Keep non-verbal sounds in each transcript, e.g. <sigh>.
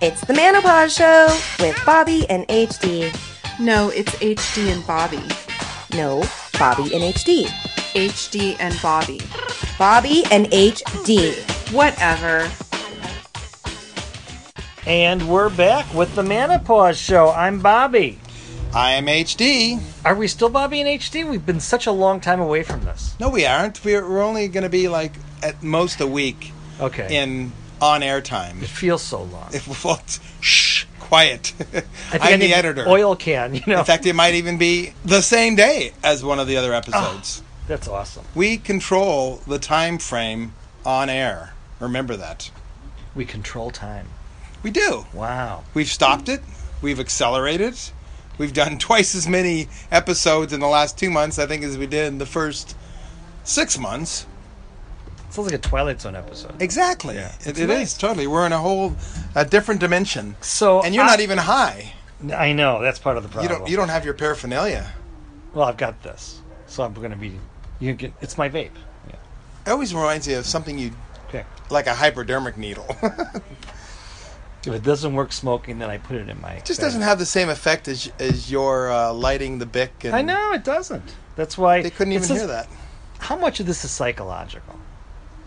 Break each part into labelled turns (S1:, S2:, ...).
S1: It's the Manopause Show with Bobby and HD.
S2: No, it's HD and Bobby.
S1: No, Bobby and HD.
S2: HD and Bobby.
S1: Bobby and HD.
S2: Whatever.
S3: And we're back with the Manopause Show. I'm Bobby.
S4: I am HD.
S3: Are we still Bobby and HD? We've been such a long time away from this.
S4: No, we aren't. We're, we're only going to be like at most a week
S3: Okay.
S4: in on air time. <laughs>
S3: it feels so long.
S4: If well, shh, quiet. <laughs> I'm
S3: need
S4: the editor.
S3: Oil can, you know.
S4: In fact, it might even be the same day as one of the
S3: Ah.
S4: other episodes.
S3: That's awesome.
S4: We control the time frame on air. Remember that.
S3: We control time.
S4: We do.
S3: Wow.
S4: We've stopped it. We've accelerated. We've done <laughs> twice as many episodes in the last two months, I think, as we did in the first six months.
S3: Sounds like a Twilight Zone episode.
S4: Exactly.
S3: Yeah.
S4: It,
S3: It's
S4: it
S3: nice.
S4: is, totally. We're in a whole a different dimension.
S3: So
S4: and you're
S3: I-
S4: not even high.
S3: I know that's part of the
S4: You
S3: problem.
S4: don't. You don't have your paraphernalia.
S3: Well, I've got this, so I'm going to be. You get. It's my vape. Yeah.
S4: It always reminds me of something you
S3: Okay.
S4: like a hypodermic needle. <laughs>
S3: If it doesn't work smoking, then I put it in my.
S4: Just doesn't have the same effect as as your uh, lighting the bic. And
S3: I know it doesn't. That's why
S4: They couldn't
S3: it
S4: even
S3: says-
S4: hear that.
S3: How much of this is psychological?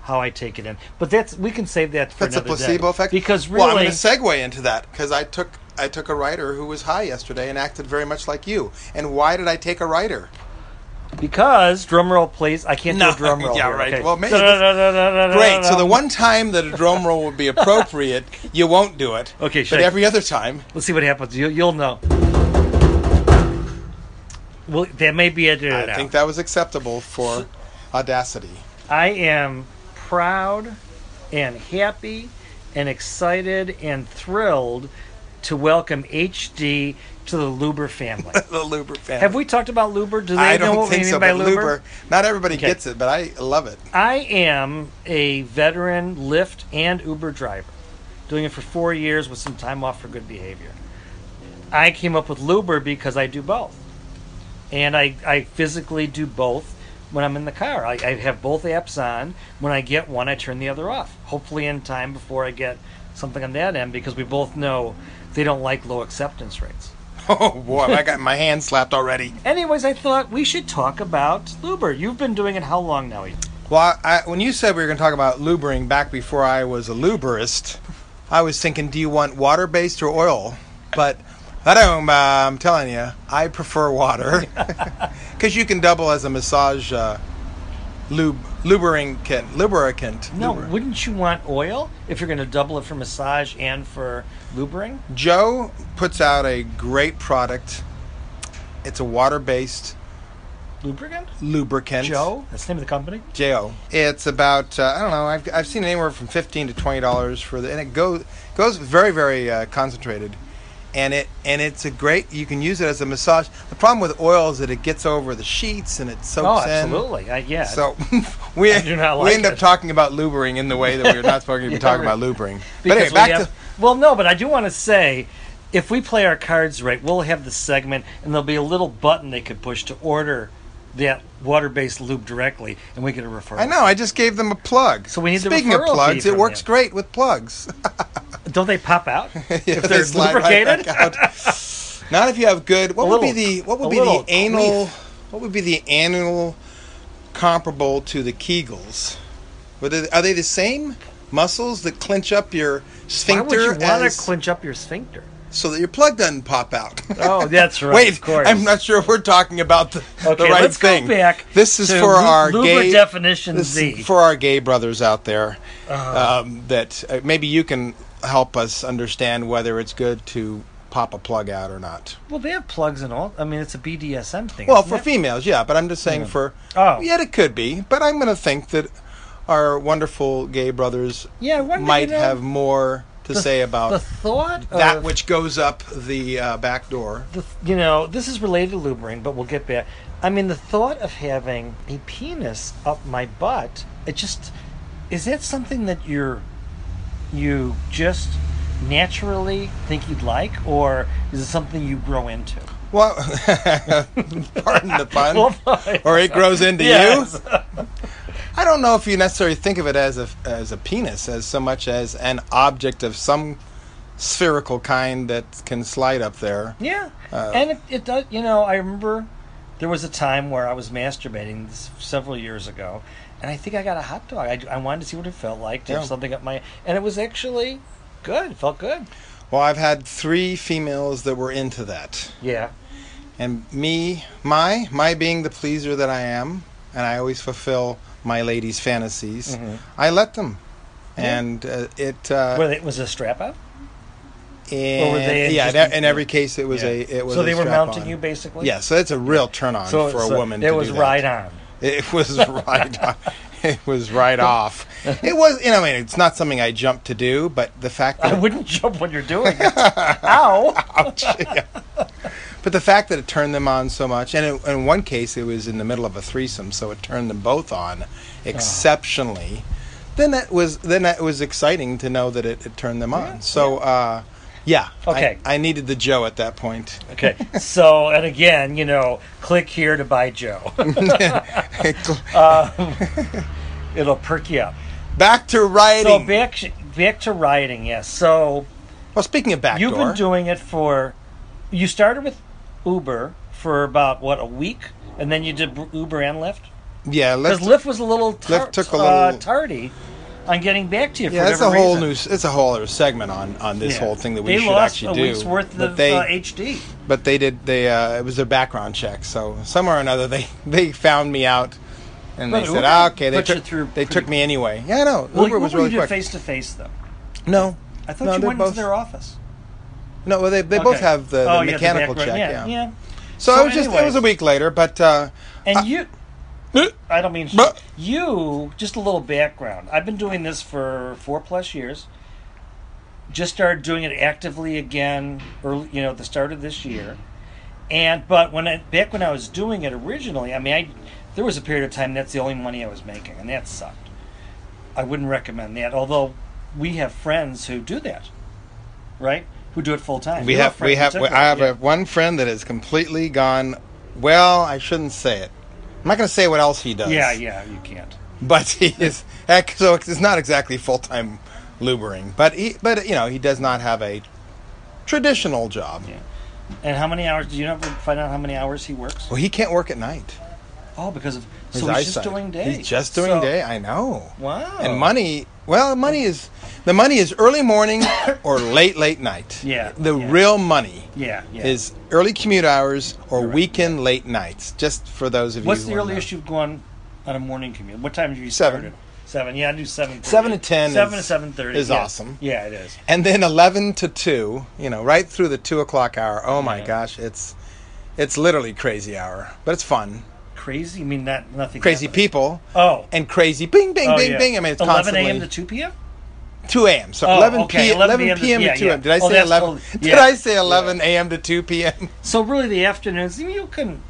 S3: How I take it in, but that's we can save that for
S4: That's a
S3: another day.
S4: placebo effect.
S3: Because
S4: well, I'm
S3: really,
S4: going to segue into that because I took I took a writer who was high yesterday and acted very much like you. And why did I take a writer?
S3: because drum roll, please. I can't
S4: No,
S3: do a drum roll.
S4: <laughs> yeah,
S3: here,
S4: right.
S3: Okay.
S4: Well, maybe- Great. So the one time that a drum roll
S3: <laughs>
S4: would be appropriate, you won't do it.
S3: Okay,
S4: But
S3: shake.
S4: every other time,
S3: Let's see what happens. You, you'll know. Well, that may be it.
S4: I think that was acceptable for audacity.
S3: I am proud and happy and excited and thrilled to welcome HD to the Luber
S4: <laughs>
S3: family.
S4: The Luber fan.
S3: Have we talked about Luber? Do they
S4: I
S3: know
S4: don't
S3: what
S4: think
S3: we mean
S4: so.
S3: by
S4: but
S3: Luber?
S4: Luber, not everybody
S3: Okay.
S4: gets it, but I love it.
S3: I am a veteran Lyft and Uber driver, doing it for four years with some time off for good behavior. I came up with Luber because I do both. And I, I physically do both when I'm in the car. I, I have both apps on. When I get one, I turn the other off, hopefully in time before I get something on that end because we both know they don't like low acceptance rates.
S4: Oh boy, I got my hand slapped already.
S3: Anyways, I thought we should talk about Luber. You've been doing it how long now?
S4: Well, I, when you said we were going to talk about lubering back before I was a luberist, I was thinking, do you want water based or oil? But I don't, uh, I'm telling you, I prefer water <laughs> because you can double as a massage uh, lube, lubricant. Lubricant.
S3: No,
S4: Lubricant.
S3: wouldn't you want oil if you're going to double it for massage and for lubering?
S4: Joe puts out a great product. It's a water based
S3: Lubricant?
S4: lubricant.
S3: Joe? That's the name of the company?
S4: Jo. It's about uh, I don't know. I've, I've seen anywhere from fifteen to twenty dollars for the, and it goes goes very very uh, concentrated, and it and it's a great. You can use it as a massage. The problem with oil is that it gets over the sheets and it soaks
S3: Oh,
S4: in.
S3: absolutely. I, yeah.
S4: So <laughs> we
S3: I do not
S4: we
S3: like
S4: end
S3: it.
S4: up talking about lubering in the way that we're not supposed to
S3: <laughs>
S4: be
S3: Yeah,
S4: talking
S3: right.
S4: about lubering. But
S3: because
S4: anyway,
S3: we
S4: back
S3: have-
S4: to
S3: well, no, but I do want to say if we play our cards right, we'll have the segment and there'll be a little button they could push to order that water based lube directly and we get a referral.
S4: I know. I just gave them a plug.
S3: So we need the
S4: Speaking
S3: referral
S4: of
S3: fee
S4: plugs,
S3: from
S4: it works
S3: you.
S4: great with plugs. <laughs>
S3: Don't they pop out?
S4: Yeah,
S3: if they're
S4: slide right
S3: lubricated?
S4: back out.
S3: <laughs>
S4: Not if you have good. What
S3: A
S4: would
S3: little-
S4: be the what
S3: a
S4: would be
S3: little
S4: the anal?
S3: queef.
S4: What would be the anal comparable to the Kegels? Would it- are they the same muscles that clinch up
S3: Why
S4: your
S3: would
S4: sphincter
S3: you want
S4: as-
S3: to clinch up your sphincter?
S4: so that your plug doesn't pop out?
S3: <laughs> Oh, that's right.
S4: Wait,
S3: of course.
S4: I'm not sure if we're talking about the, the
S3: Okay,
S4: right
S3: let's go
S4: thing.
S3: back
S4: this is
S3: to
S4: for
S3: lu-
S4: our
S3: luber
S4: gay
S3: definition
S4: this is
S3: Z. Uh-huh.
S4: for our gay brothers out there. Um, that uh, maybe you can help us understand whether it's good to pop a plug out or not.
S3: Well, they have plugs and all. I mean, it's a BDSM thing.
S4: Well,
S3: isn't
S4: for
S3: it?
S4: females, yeah, but I'm just saying for
S3: Oh.
S4: yeah, it could be, but I'm going to think that our wonderful gay brothers
S3: Yeah, I wonder, you
S4: might
S3: know,
S4: have more to say
S3: the uh,
S4: about
S3: thought
S4: that
S3: of,
S4: which goes up the uh, back door.
S3: the, you know, this is related to lubering, but we'll get back. I mean, the thought of having a penis up my butt, it just is that something that you're you just naturally think you'd like, or is it something you grow into?
S4: Well, pardon the
S3: <laughs>
S4: pun.
S3: Well, fine.
S4: <laughs> or it grows into <laughs>
S3: Yes.
S4: you. I don't know if you necessarily think of it as a as a penis, as so much as an object of some spherical kind that can slide up there.
S3: Yeah,
S4: Uh,
S3: and it, it does. You know, I remember there was a time where I was masturbating s- several years ago, and I think I got a hot dog. I, I wanted to see what it felt like to have
S4: Yeah.
S3: something up my, and it was actually good. It felt good.
S4: Well, I've had three females that were into that.
S3: Yeah,
S4: And me, my, my being the pleaser that I am, and I always fulfill my ladies' fantasies,
S3: Mhm.
S4: I let them.
S3: Yeah.
S4: And uh, it, uh,
S3: Were they- was it a strap out?
S4: and,
S3: were they
S4: yeah,
S3: just-
S4: in, in every case it was
S3: Yeah.
S4: a, it was
S3: so
S4: a
S3: they were
S4: strap-on.
S3: mounting you basically.
S4: Yeah, so that's a real turn on
S3: So
S4: for a
S3: so
S4: woman.
S3: It
S4: to
S3: was
S4: do that.
S3: right on.
S4: It was right.
S3: <laughs>
S4: on- It was right off. It was. You know, I mean, it's not something I jumped to do, but the fact
S3: I
S4: that <laughs>
S3: wouldn't jump when you're doing it. Ow!
S4: Ouch. Yeah. But the fact that it turned them on so much, and it, in one case it was in the middle of a threesome, so it turned them both on
S3: Uh-huh.
S4: exceptionally. Then that was then that was exciting to know that it, it turned them on. so, uh, yeah. I-
S3: Okay.
S4: I, needed the Joe at that
S3: <laughs>
S4: point. <laughs>
S3: Okay, so and again, you know, click here to buy
S4: <laughs>
S3: Joe. Uh, It'll perk you up.
S4: back to
S3: So
S4: writing.
S3: back back to writing, yes. So
S4: well, speaking of backdoor,
S3: you've been doing it for. You started with Uber for about what a week, and then you did Br- Uber and Lyft.
S4: yeah,
S3: Because
S4: let's.
S3: Lyft was a little tar-
S4: Lyft took a
S3: uh,
S4: little-
S3: tardy on getting back to you.
S4: yeah,
S3: for
S4: that's a
S3: whatever
S4: whole
S3: reason.
S4: new. s- It's a whole other segment on on this
S3: Yeah.
S4: whole thing that we
S3: they
S4: should
S3: lost
S4: actually
S3: a
S4: do.
S3: week's worth
S4: But
S3: of
S4: they-
S3: uh, HD.
S4: but they did they uh, it was their background check so somewhere or another they <laughs> they found me out and they
S3: But
S4: said
S3: Uber
S4: ah, okay they
S3: put you
S4: took
S3: through
S4: they
S3: pretty-
S4: took me anyway yeah I know
S3: Well,
S4: Uber
S3: you-
S4: was
S3: what were
S4: really
S3: you do
S4: quick
S3: face to face though.
S4: no
S3: I thought
S4: no,
S3: you
S4: they're
S3: went
S4: both,
S3: into their office.
S4: no well they, they both
S3: Okay.
S4: have the, the
S3: Oh, yeah,
S4: mechanical
S3: background.
S4: check
S3: Yeah, yeah.
S4: so,
S3: So
S4: it was just it
S3: anyway.
S4: was a week later but uh,
S3: And
S4: I-
S3: you, I don't mean
S4: But-
S3: you. Just a little background. I've been doing this for four plus years. Just started doing it actively again, early, you know, at the start of this year. And but when I back when I was doing it originally, I mean, I there was a period of time that's the only money I was making, and that sucked. I wouldn't recommend that. Although we have friends who do that, right? Who do it full time.
S4: we
S3: You
S4: have
S3: friends
S4: we
S3: who
S4: have
S3: took
S4: we,
S3: that,
S4: I have
S3: yeah.
S4: a, one friend that has completely gone well I shouldn't say it I'm not going to say what else he does
S3: yeah, yeah. You can't.
S4: but he is heck, so it's not exactly full time lubering. But he, but you know, he does not have a traditional job.
S3: Yeah. And how many hours? Do you ever find out how many hours he works?
S4: Well, he can't work at night.
S3: Oh, because of
S4: His
S3: so he's just
S4: eyesight.
S3: doing day.
S4: He's just doing
S3: So-
S4: day. I know.
S3: Wow.
S4: And money. Well, money is the money is
S3: <coughs>
S4: early morning or late late night.
S3: Yeah,
S4: The
S3: yeah.
S4: real money
S3: Yeah. yeah.
S4: is early commute hours or
S3: You're right,
S4: weekend late nights. Just for those of
S3: what's
S4: you.
S3: the
S4: who wanna
S3: earliest you've gone on a morning commute? What time have you
S4: Seven.
S3: started? Seven. Yeah, I do seven.
S4: Seven to 10
S3: Seven
S4: is-
S3: to seven thirty
S4: is
S3: yeah.
S4: awesome.
S3: Yeah, it is.
S4: and then 11 to 2 you know right through the 2 o'clock hour oh my
S3: Yeah.
S4: gosh it's it's literally crazy hour but it's fun
S3: Crazy. I mean, not nothing.
S4: crazy
S3: happened.
S4: people
S3: Oh.
S4: and crazy bing bing
S3: oh,
S4: bing
S3: yeah.
S4: bing i mean it's
S3: eleven a.m. to
S4: constantly
S3: two p.m.
S4: 2 a.m so
S3: Oh,
S4: 11
S3: okay,
S4: p.m 11 p.m. to,
S3: yeah,
S4: 2
S3: yeah.
S4: a.m did i
S3: Oh,
S4: say
S3: that's
S4: 11
S3: totally-
S4: did
S3: yeah.
S4: i say 11 a.m to 2 p.m
S3: So really, the afternoons. You can,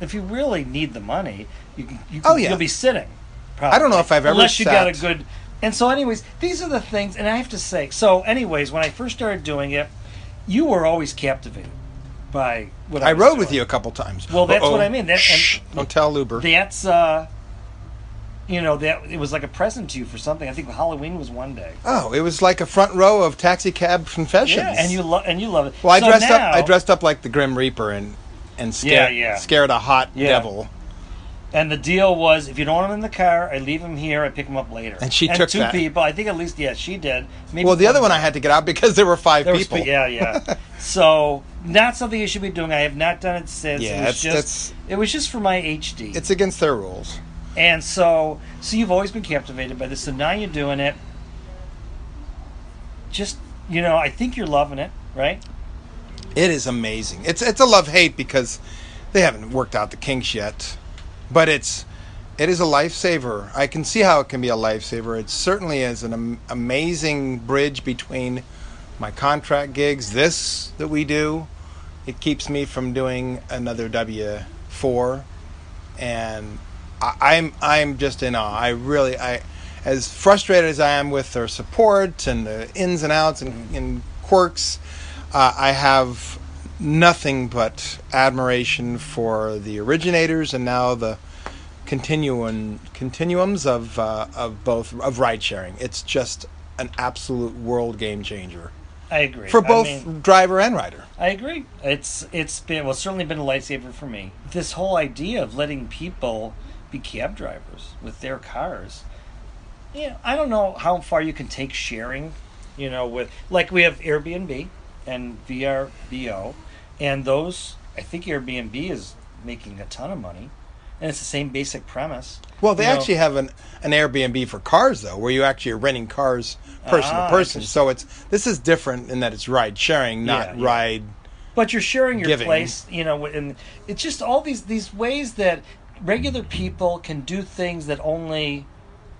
S3: if you really need the money, you can. You can
S4: Oh, yeah.
S3: You'll be sitting. Probably.
S4: I don't know if I've ever
S3: unless you got a
S4: sat-
S3: good. And so, anyways, these are the things, and I have to say. So, anyways, when I first started doing it, you were always captivated by what I,
S4: i
S3: was
S4: rode with
S3: doing.
S4: you a couple times
S3: Well, that's what
S4: Uh-oh.
S3: I mean. That-
S4: Shh,
S3: and-
S4: don't tell luber
S3: That's uh, you know, that it was like a present to you for something. I think Halloween was one day.
S4: oh it was like a front row of taxi cab confessions
S3: Yeah, and you love and you love it.
S4: well i
S3: So
S4: dressed
S3: now-
S4: up i dressed up like the grim reaper and and scared
S3: Yeah, yeah.
S4: scared a hot
S3: Yeah.
S4: devil
S3: And the deal was, if you don't want him in the car, I leave him here. I pick him up later.
S4: And she took
S3: two
S4: that.
S3: people. I think at least yeah, she did. Maybe
S4: Well, the other one I had to get out because there were five
S3: There was-
S4: people.
S3: yeah,
S4: <laughs>
S3: yeah. so not something you should be doing. I have not done it since.
S4: Yeah,
S3: it was
S4: it's-
S3: just
S4: it's-
S3: it was just for my HD.
S4: It's against their rules.
S3: and so so you've always been captivated by this. So now you're doing it. Just you know, I think you're loving it, right?
S4: It is amazing. It's it's a love hate because they haven't worked out the kinks yet, but it's it is a lifesaver. I can see how it can be a lifesaver. It certainly is an am- amazing bridge between my contract gigs, this that we do. It keeps me from doing another W four, and I, I'm I'm just in awe. I really I as frustrated as I am with their support and the ins and outs and, and quirks, uh, I have nothing but admiration for the originators and now the continuum continuums of uh, of both of ride sharing. It's just an absolute world game changer.
S3: I agree.
S4: for
S3: I
S4: both
S3: mean-
S4: driver and rider.
S3: I agree. It's it's been well it's certainly been a lifesaver for me. This whole idea of letting people be cab drivers with their cars. Yeah, I don't know how far you can take sharing, you know, with like we have Airbnb and VRBO and those I think Airbnb is making a ton of money. And it's the same basic premise.
S4: Well, they
S3: You know,
S4: actually have an, an Airbnb for cars though, where you actually are renting cars person
S3: Ah,
S4: to person.
S3: interesting.
S4: So it's this is different in that it's ride sharing, not
S3: Yeah, yeah.
S4: ride.
S3: but you're sharing your
S4: Giving.
S3: place you know and it's just all these these ways that regular people can do things that only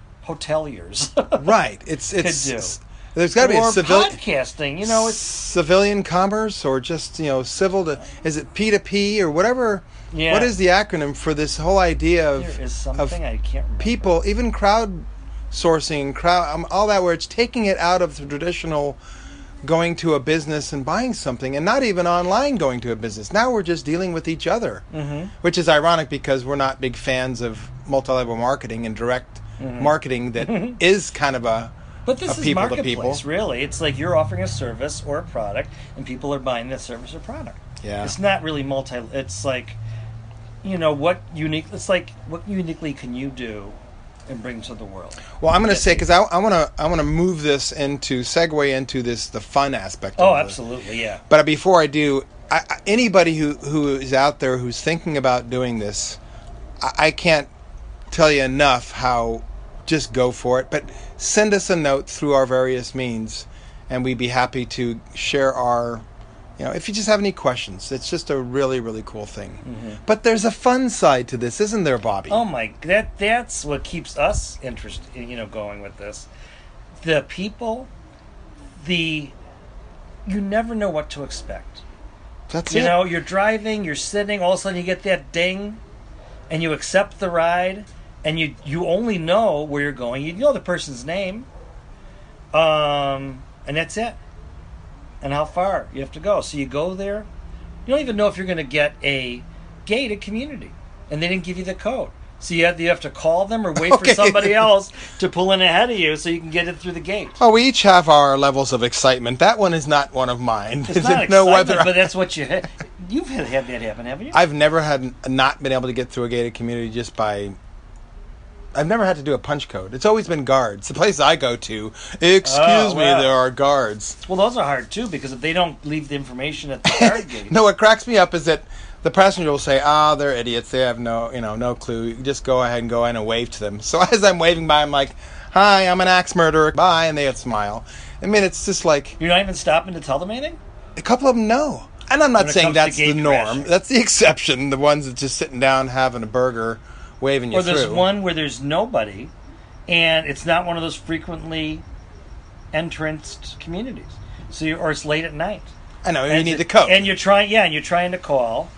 S4: <laughs>
S3: hoteliers
S4: Right.
S3: <laughs>
S4: It's it's.
S3: do.
S4: it's- there's got to be
S3: or
S4: a civil,
S3: podcasting you know it's
S4: civilian commerce or just you know civil to is it P2P or whatever?
S3: Yeah.
S4: What is the acronym for this whole idea of
S3: there is
S4: of
S3: something i can't remember
S4: people, even crowd sourcing, crowd, um, all that, where it's taking it out of the traditional going to a business and buying something, and not even online going to a business. Now we're just dealing with each other, mm-hmm. which is ironic because we're not big fans of multi-level marketing and direct
S3: Mm-hmm.
S4: marketing that
S3: <laughs>
S4: is kind of a
S3: but this
S4: a
S3: is
S4: people to
S3: marketplace
S4: people.
S3: really it's like you're offering a service or a product and people are buying that service or product
S4: Yeah.
S3: it's not really multi it's like you know what unique it's like what uniquely can you do and bring to the world
S4: Well, I'm going to say because I want to I want to move this into segue into this the fun aspect.
S3: oh
S4: of this.
S3: absolutely yeah
S4: But before I do, I, I- anybody who who is out there who's thinking about doing this, I, I can't tell you enough how just go for it. But send us a note through our various means, and we'd be happy to share our. You know, if you just have any questions, it's just a really, really cool thing. But there's a fun side to this, isn't there, Bobby?
S3: Mm-hmm. Oh my, that that's what keeps us interested, you know, going with this. The people, the you never know what to expect.
S4: That's
S3: You
S4: it.
S3: know, you're driving, you're sitting, all of a sudden you get that ding, and you accept the ride, and you you only know where you're going. You know the person's name, um, and that's it. And how far you have to go. So you go there. You don't even know if you're going to get a gated community, and they didn't give you the code. So you have, you have to call them or wait
S4: Okay.
S3: for somebody else to pull in ahead of you so you can get it through the gate.
S4: Oh, we each have our levels of excitement. That one is not one of mine. <laughs>
S3: It's not excitement, but that's what you had. You've had, had that happen, haven't you?
S4: I've never had not been able to get through a gated community just by. I've never had to do a punch code. It's always been guards. The place I go to, excuse
S3: Oh,
S4: me,
S3: wow.
S4: there are guards.
S3: Well, those are hard too because if they don't leave the information
S4: <laughs>
S3: at the guard gate,
S4: No, what cracks me up is that the passenger will say, "Ah, they're idiots. They have no, you know, no clue. You just go ahead and go in and wave to them." <laughs> So as I'm waving by, I'm like, "Hi, I'm an axe murderer. Bye," and they would smile. I mean, it's just like
S3: you're not even stopping to tell them anything.
S4: a couple of them know. And I'm
S3: When
S4: not
S3: it comes
S4: saying
S3: to
S4: that's the
S3: gate
S4: norm.
S3: crashing.
S4: That's the <laughs> exception. The ones that just sitting down having a burger, waving you
S3: Or there's
S4: through.
S3: one where there's nobody, and it's not one of those frequently entranced communities. So, you or it's late at night.
S4: I know you
S3: And
S4: need
S3: you-
S4: to code.
S3: and you're trying. Yeah, and you're trying to call,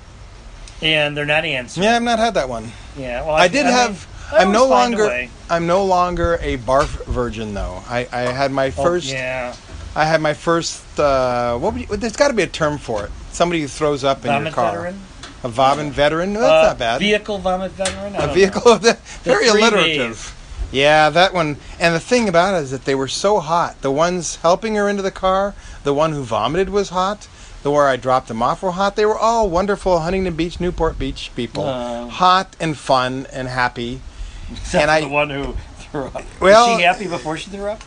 S3: and they're not answering.
S4: Yeah, I've not had that one.
S3: Yeah, well,
S4: I did
S3: mean,
S4: have.
S3: I
S4: I'm no
S3: always find a
S4: longer.
S3: way.
S4: I'm no longer a barf virgin though. I, I had my
S3: Oh,
S4: first.
S3: yeah,
S4: I had my first. Uh, what? Would you, there's got to be a term for it. Somebody who throws up in your
S3: vomit
S4: car.
S3: veteran.
S4: A vomit veteran. No,
S3: Uh,
S4: that's not bad.
S3: Vehicle vomit veteran. I
S4: a
S3: don't
S4: vehicle.
S3: Know.
S4: of the- very
S3: three
S4: alliterative.
S3: Vs.
S4: Yeah, that one. And the thing about it is that they were so hot. The ones helping her into the car, the one who vomited was hot. The where I dropped them off were hot. They were all wonderful Huntington Beach, Newport Beach people,
S3: Oh.
S4: hot and fun and happy.
S3: <laughs> Except
S4: and
S3: for
S4: I-
S3: the one who threw up.
S4: Well-
S3: was she happy before she threw up?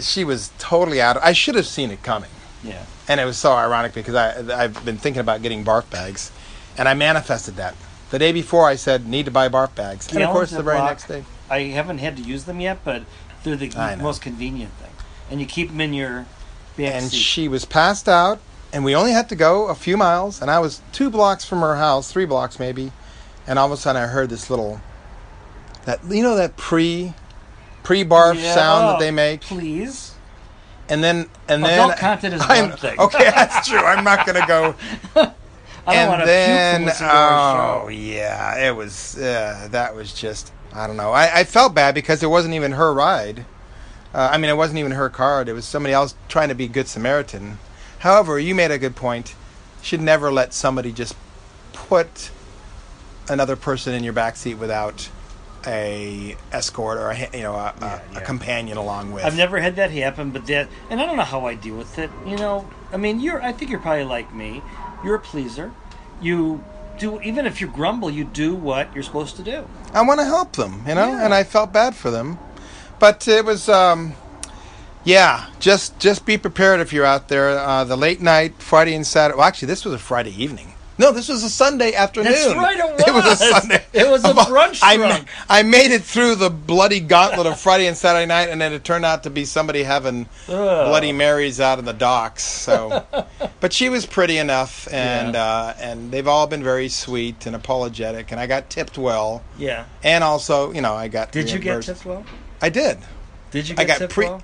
S4: she was totally out. I should have seen it coming,
S3: Yeah.
S4: and it was so ironic because I I've been thinking about getting barf bags, and I manifested that the day before. I said need to buy barf bags, and of
S3: Gallons
S4: course the very
S3: block.
S4: next day.
S3: I haven't had to use them yet, but they're the
S4: I know.
S3: most convenient thing. And you keep them in your back
S4: And
S3: seat.
S4: she was passed out, and we only had to go a few miles, and I was two blocks from her house, three blocks maybe, and all of a sudden I heard this little, that you know that pre, pre barf
S3: Yeah.
S4: sound that
S3: Oh,
S4: they make.
S3: Please. Oh,
S4: And then and then
S3: Adult content is
S4: I'm-
S3: one thing.
S4: Okay, that's true. I'm not
S3: <laughs>
S4: gonna go.
S3: I don't want
S4: and
S3: to
S4: then
S3: puke from listening to our
S4: oh yeah, it was uh, that was just I don't know. I, I felt bad because it wasn't even her ride. Uh, I mean, it wasn't even her card. It was somebody else trying to be good Samaritan. However, you made a good point. Should never let somebody just put another person in your backseat without a escort or a ha- you know a,
S3: Yeah,
S4: a,
S3: yeah.
S4: a companion along with.
S3: I've never had that happen, but that, and I don't know how I deal with it. You know, I mean, you're, I think you're probably like me. You're a pleaser. You do, even if you grumble, you do what you're supposed to do.
S4: I want to help them, you know,
S3: Yeah.
S4: and I felt bad for them, but it was, um, yeah, just just be prepared if you're out there. Uh, the late night Friday and Saturday. Well, actually, this was a Friday evening. No, this was a Sunday afternoon.
S3: right, it
S4: <laughs> It was
S3: was.
S4: a Sunday.
S3: It was a
S4: Of all-
S3: brunch
S4: I, ma-
S3: drunk.
S4: I made it through the bloody gauntlet of Friday and Saturday night, and then it turned out to be somebody having Bloody Marys out in the docks.
S3: <laughs>
S4: So, but she was pretty enough, and
S3: Yeah.
S4: uh, and they've all been very sweet and apologetic, and I got tipped well.
S3: Yeah.
S4: And also, you know, I got.
S3: Did you get
S4: reimbursed-
S3: tipped well?
S4: I did. <laughs>
S3: Did you
S4: I
S3: get
S4: got
S3: tipped
S4: pre.
S3: well?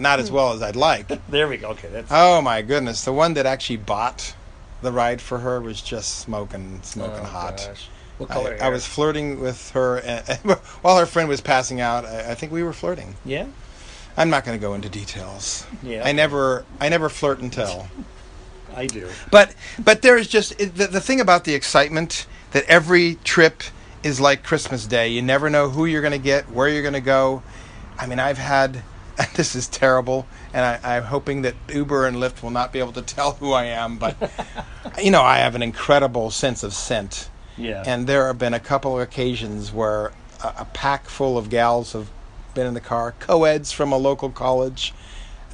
S4: Not as well as I'd like.
S3: There we go. Okay, that's
S4: Oh my goodness! The one that actually bought the ride for her was just smoking, smoking
S3: Oh,
S4: hot.
S3: gosh. What color?
S4: I, I
S3: hair?
S4: was flirting with her, and, <laughs> while her friend was passing out. I, I think we were flirting.
S3: Yeah.
S4: I'm not going to go into details.
S3: Yeah.
S4: I never, I never flirt and tell.
S3: I do.
S4: But but there is just it- the, the thing about the excitement that every trip is like Christmas Day. You never know who you're going to get, where you're going to go. I mean, I've had <laughs> this is terrible, and I, I'm hoping that Uber and Lyft will not be able to <laughs> tell who I
S3: <laughs>
S4: am. But you know, I have an incredible sense of scent,
S3: Yeah.
S4: and there have been a couple of occasions where a, a pack full of gals have been in the car, co-eds from a local college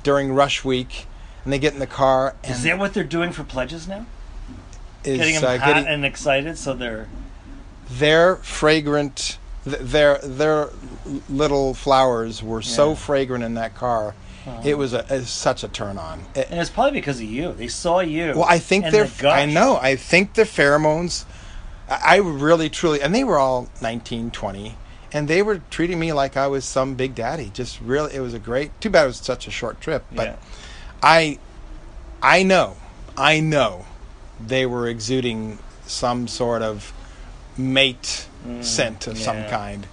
S4: during rush week, and they get in the car. And
S3: is that what they're doing for pledges now?
S4: is,
S3: Getting them
S4: uh,
S3: hot and excited, so they're
S4: their fragrant th- their their little flowers were so
S3: Yeah.
S4: fragrant in that car it was a, a- such a turn on It-
S3: and it's probably because of you. They saw you.
S4: well i think
S3: and
S4: they're
S3: they
S4: i
S3: gushed.
S4: know i think the pheromones I, I really truly and they were all 19 20 and they were treating me like i was some big daddy just really it was a great too bad it was such a short trip but
S3: Yeah.
S4: i i know i know they were exuding some sort of mate scent of some
S3: Mm, yeah.
S4: kind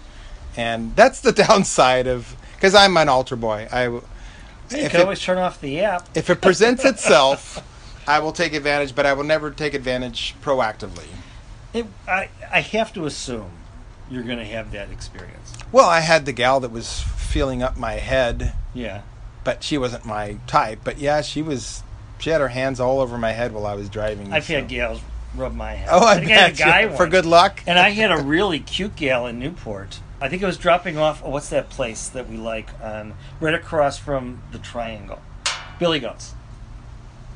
S4: and that's the <laughs> downside of because i'm an altar boy i w-
S3: You
S4: if
S3: can
S4: it-
S3: always turn off the app.
S4: if it presents itself, I will take advantage, but I will never take advantage proactively.
S3: It, I, I have to assume you're going to have that experience.
S4: Well, I had the gal that was feeling up my head,
S3: Yeah.
S4: but she wasn't my type. But yeah, she was. She had her hands all over my head while I was driving.
S3: I've
S4: so-
S3: had gals rub my head.
S4: Oh, I,
S3: think
S4: bet
S3: had a guy
S4: you-
S3: one.
S4: for good luck.
S3: And I had a really cute gal in Newport. I think it was dropping off. Oh, what's that place that we like on right across from the Triangle? Billy Goats.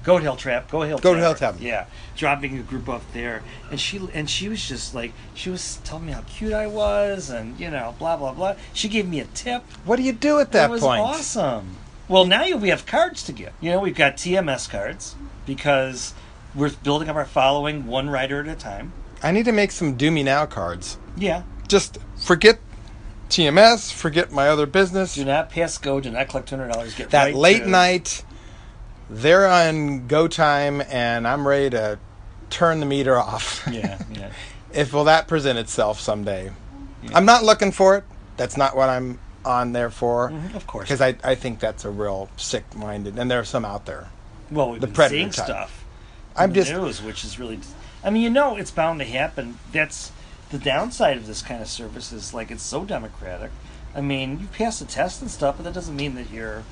S3: Goat Hill Trap. Go Hill.
S4: Goat Hill
S3: Trapper.
S4: Tavern.
S3: Yeah, dropping a group off there, and she and she was just like she was telling me how cute I was, and you know, blah blah blah. She gave me a tip.
S4: what do you do at that
S3: It was
S4: point?
S3: awesome. Well, now you- we have cards to give. You know, we've got TMS cards because we're building up our following one writer at a time.
S4: I need to make some do me now cards.
S3: Yeah.
S4: Just forget TMS. Forget my other business.
S3: Do not pass go. Do not collect two hundred dollars. Get
S4: that
S3: right
S4: late
S3: to-
S4: night they're on go time and i'm ready to turn the meter off
S3: Yeah, yeah.
S4: <laughs> if will that present itself someday i'm not looking for it that's not what i'm on there for
S3: Mhm, of course.
S4: because I, I think that's a real sick minded and there are some out there
S3: Well, we've
S4: the
S3: been
S4: predator
S3: seeing
S4: type.
S3: stuff.
S4: i'm
S3: in
S4: just
S3: the news, which is really. I mean, you know, it's bound to happen. That's the downside of this kind of service is like it's so democratic. I mean, you pass the test and stuff, but that doesn't mean that you're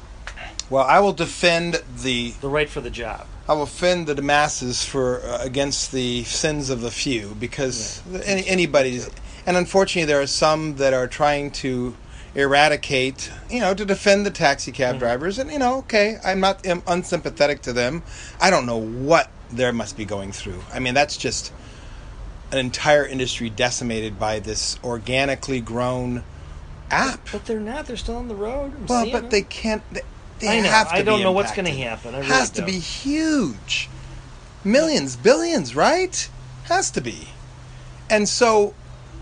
S4: well i will defend the
S3: the right for the job.
S4: I will offend the masses for uh, against the sins of the few because any, anybody's and unfortunately there are some that are trying to eradicate you know to defend the taxi cab drivers and you know okay I'm not am unsympathetic to them I don't know what they must be going through I mean that's just an entire industry decimated by this organically grown app
S3: But they're not. They're still on the road. I'm
S4: well
S3: seeing
S4: but
S3: them.
S4: they can't they, they
S3: I know.
S4: have to
S3: I don't
S4: be
S3: know what's going
S4: impacted
S3: to happen. I really
S4: has to
S3: don't.
S4: be huge. Millions, billions, right? Has to be. And so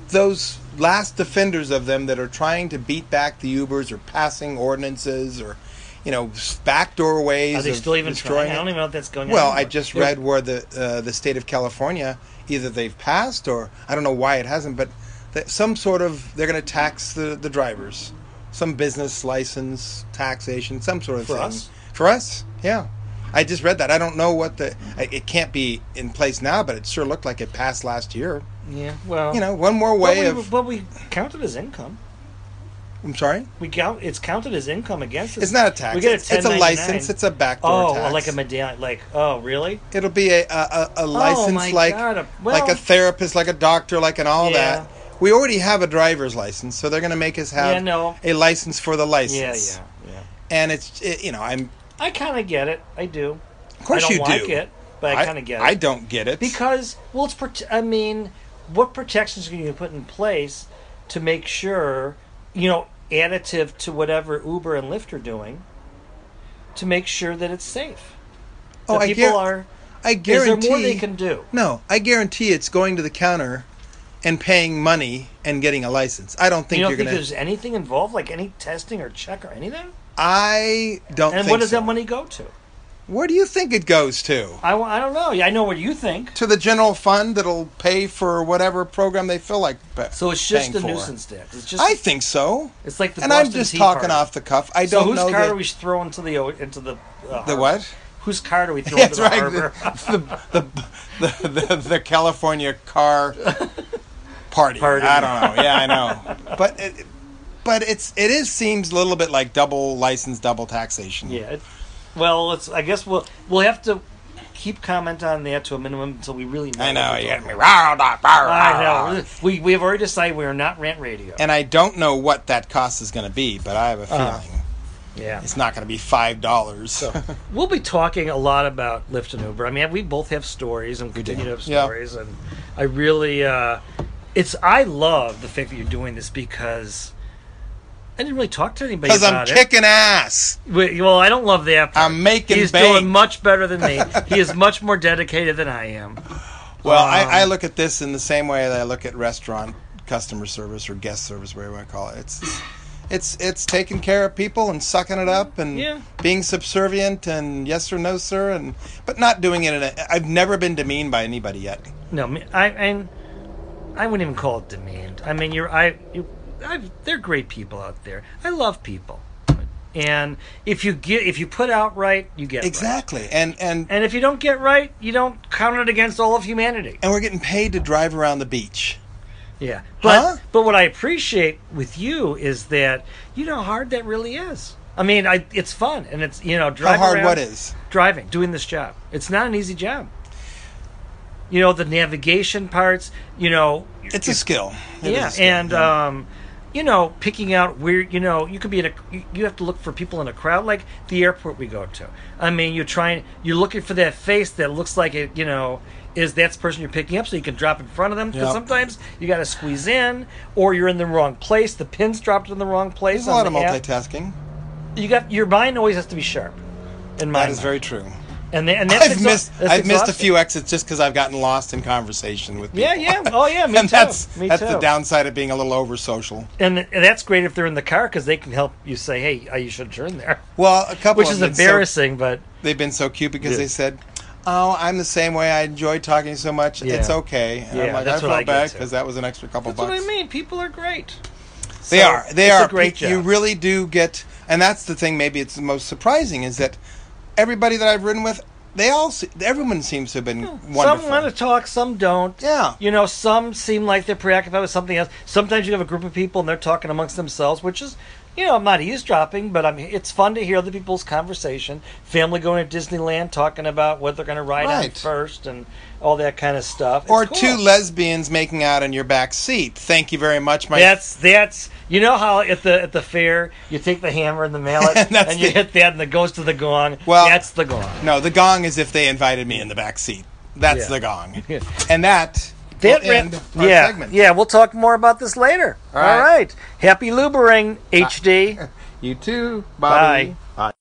S4: those last defenders of them that are trying to beat back the Ubers or passing ordinances or you know s- backdoor ways
S3: Are they
S4: of
S3: still even
S4: destroying
S3: trying? I don't
S4: it.
S3: even know if that's going on.
S4: Well, I
S3: anymore.
S4: just
S3: They're-
S4: read where the uh, the state of California either they've passed or I don't know why it hasn't, but that some sort of they're going to tax the the drivers, some business license taxation, some sort of
S3: For
S4: thing
S3: us?
S4: for us. Yeah, I just read that. I don't know what the. I- It can't be in place now, but it sure looked like it passed last year.
S3: Yeah. Well,
S4: You know, one more
S3: but
S4: way
S3: we,
S4: of.
S3: but we count it as income.
S4: I'm sorry.
S3: We count it's counted as income against us.
S4: It's not a tax.
S3: We get a
S4: it's, it's a
S3: 1099.
S4: license. It's a backdoor
S3: oh,
S4: tax.
S3: like a medallion. Like oh, really?
S4: It'll be a a, a, a license
S3: Oh my
S4: like
S3: God, a-
S4: like a
S3: well-
S4: therapist, like a doctor, like an all
S3: Yeah.
S4: that. We already have a driver's license, so they're going to make us have
S3: Yeah, no.
S4: a license for the
S3: Yeah,
S4: license.
S3: yeah, yeah.
S4: And it's it, you know I'm
S3: I kind of get it. I do.
S4: of course
S3: I don't
S4: you
S3: like
S4: do.
S3: it, but I, kind of get
S4: I
S3: it
S4: don't get it
S3: because well, it's prote- I mean, what protections can you put in place to make sure you know additive to whatever Uber and Lyft are doing to make sure that it's safe?
S4: oh
S3: that
S4: I,
S3: people
S4: guar-
S3: are.
S4: I
S3: Is
S4: guarantee
S3: there more they can do?
S4: no I guarantee it's going to the counter and paying money and getting a license. I don't think
S3: you don't
S4: are
S3: think
S4: going
S3: there's anything involved, like any testing or check or anything?
S4: I don't.
S3: And
S4: think
S3: what does
S4: so.
S3: that money go to?
S4: Where do you think it goes to?
S3: I, wa- I don't know. Yeah, I know what you think.
S4: to the general fund that'll pay for whatever program they feel like. pa-
S3: So it's just
S4: paying
S3: a
S4: for.
S3: nuisance tax. It's just
S4: I think so.
S3: it's like the
S4: and I'm
S3: Boston
S4: just
S3: Tea
S4: talking
S3: Party.
S4: off the cuff. I
S3: So
S4: don't
S3: whose
S4: know
S3: car
S4: the,
S3: do we throw into the o- into the uh,
S4: the
S3: harbor?
S4: what.
S3: Whose car do we throw
S4: <laughs> That's
S3: into the
S4: right.
S3: harbor?
S4: <laughs> The, the, the, the, the California
S3: <laughs>
S4: car party.
S3: Party.
S4: I don't know. Yeah, I know. But it, but it's it is seems a little bit like double license, double taxation.
S3: <laughs> yeah. it- Well, it's, I guess we'll we'll have to keep comment on that to a minimum until we really know.
S4: I know.
S3: what
S4: You
S3: we're
S4: got
S3: talking
S4: me.
S3: about.
S4: riled up, riled up.
S3: I know. We we have already decided we are not rant radio.
S4: And I don't know what that cost is going to be, but I have a feeling
S3: Uh-huh. yeah.
S4: it's not going to be five dollars.
S3: We'll be talking a lot about Lyft and Uber. I mean, we both have stories and continue to have
S4: Yeah.
S3: stories, and I really, uh, it's I love the fact that you're doing this because I didn't really talk to anybody
S4: Because I'm
S3: about it.
S4: kicking ass.
S3: Wait, Well, I don't love that. part.
S4: I'm making
S3: He's
S4: bank.
S3: doing much better than
S4: <laughs>
S3: me. he is much more dedicated than I am.
S4: Well,
S3: Um,
S4: I, I look at this in the same way that I look at restaurant customer service or guest service, whatever you want to call it. It's it's it's taking care of people and sucking it up and
S3: Yeah.
S4: being subservient and yes or no sir and but not doing it in a I've never been demeaned by anybody yet.
S3: No, me- I and I wouldn't even call it demand. I mean, you're I you, I've, they're great people out there. I love people, and if you get if you put out right, you get right.
S4: Exactly. And and
S3: And if you don't get right, you don't count it against all of humanity.
S4: and we're getting paid to drive around the beach.
S3: Yeah. But
S4: Huh?
S3: but what I appreciate with you is that you know how hard that really is. I mean, I, it's fun and it's you know driving.
S4: hard
S3: around-
S4: what is?
S3: driving, doing this job? It's not an easy job. You know the navigation parts. You know,
S4: It's a skill. It is
S3: yeah,
S4: a skill,
S3: and
S4: yeah.
S3: um, you know picking out where you know you could be in a you- you have to look for people in a crowd like the airport we go to. I mean, you're trying you're looking for that face that looks like it. You know, is that the person you're picking up so you can drop in front of them? Because
S4: Yep.
S3: sometimes you got to squeeze in, or you're in the wrong place. The pin's dropped in the wrong place.
S4: there's a lot of
S3: on the app.
S4: multitasking.
S3: You got your mind always has to be sharp. In my
S4: That is
S3: mind.
S4: very true.
S3: And, they, and that's
S4: I've
S3: exhaust-
S4: missed
S3: that's
S4: I've missed a
S3: exhausting.
S4: few exits just because I've gotten lost in conversation with people.
S3: Yeah, yeah. Oh,
S4: <laughs>
S3: yeah. Me
S4: and
S3: too.
S4: that's
S3: me
S4: that's
S3: too.
S4: the downside of being a little over social.
S3: and, and that's great if they're in the car because they can help you say, "Hey, uh, you should turn there,"
S4: Well, a couple
S3: which
S4: of
S3: is
S4: them been so-
S3: embarrassing. but
S4: they've been so cute because
S3: Yeah.
S4: they said, "Oh, I'm the same way. I enjoy talking so much.
S3: Yeah.
S4: It's okay." And I'm
S3: Yeah,
S4: like,
S3: that's
S4: I
S3: what I
S4: felt
S3: get
S4: bad
S3: too.
S4: because that was an extra couple
S3: that's
S4: bucks.
S3: what I mean. People are great.
S4: They
S3: So,
S4: are. They
S3: it's
S4: are.
S3: a great
S4: You- You
S3: job.
S4: really do get, and that's the thing. Maybe it's the most surprising is that everybody that I've ridden with, they all, se- everyone seems to have been wonderful.
S3: Some want to talk, some don't.
S4: Yeah.
S3: You know, some seem like they're preoccupied with something else. Sometimes you have a group of people and they're talking amongst themselves, which is, you know, I'm not eavesdropping, but I'm. It's fun to hear other people's conversation. Family going to Disneyland, talking about what they're going to ride on
S4: Right.
S3: first and all that kind of stuff. It's
S4: or
S3: cool.
S4: two lesbians making out in your back seat. Thank you very much, my
S3: That's that's you know how at the at the fair you take the hammer and the mallet and,
S4: <laughs> That's
S3: you
S4: the-
S3: hit that and it goes to the gong.
S4: Well-
S3: that's the gong.
S4: No, the gong is if they invited me in the back seat. That's
S3: Yeah. <laughs>
S4: the gong.
S3: Yeah.
S4: And that,
S3: That
S4: will
S3: wrap-
S4: end our
S3: yeah,
S4: segment.
S3: yeah. We'll talk more about this later.
S4: All right. Uh, <laughs>
S3: All right. Happy Lubering, HD.
S4: You too,
S3: Bobby.
S4: Bye.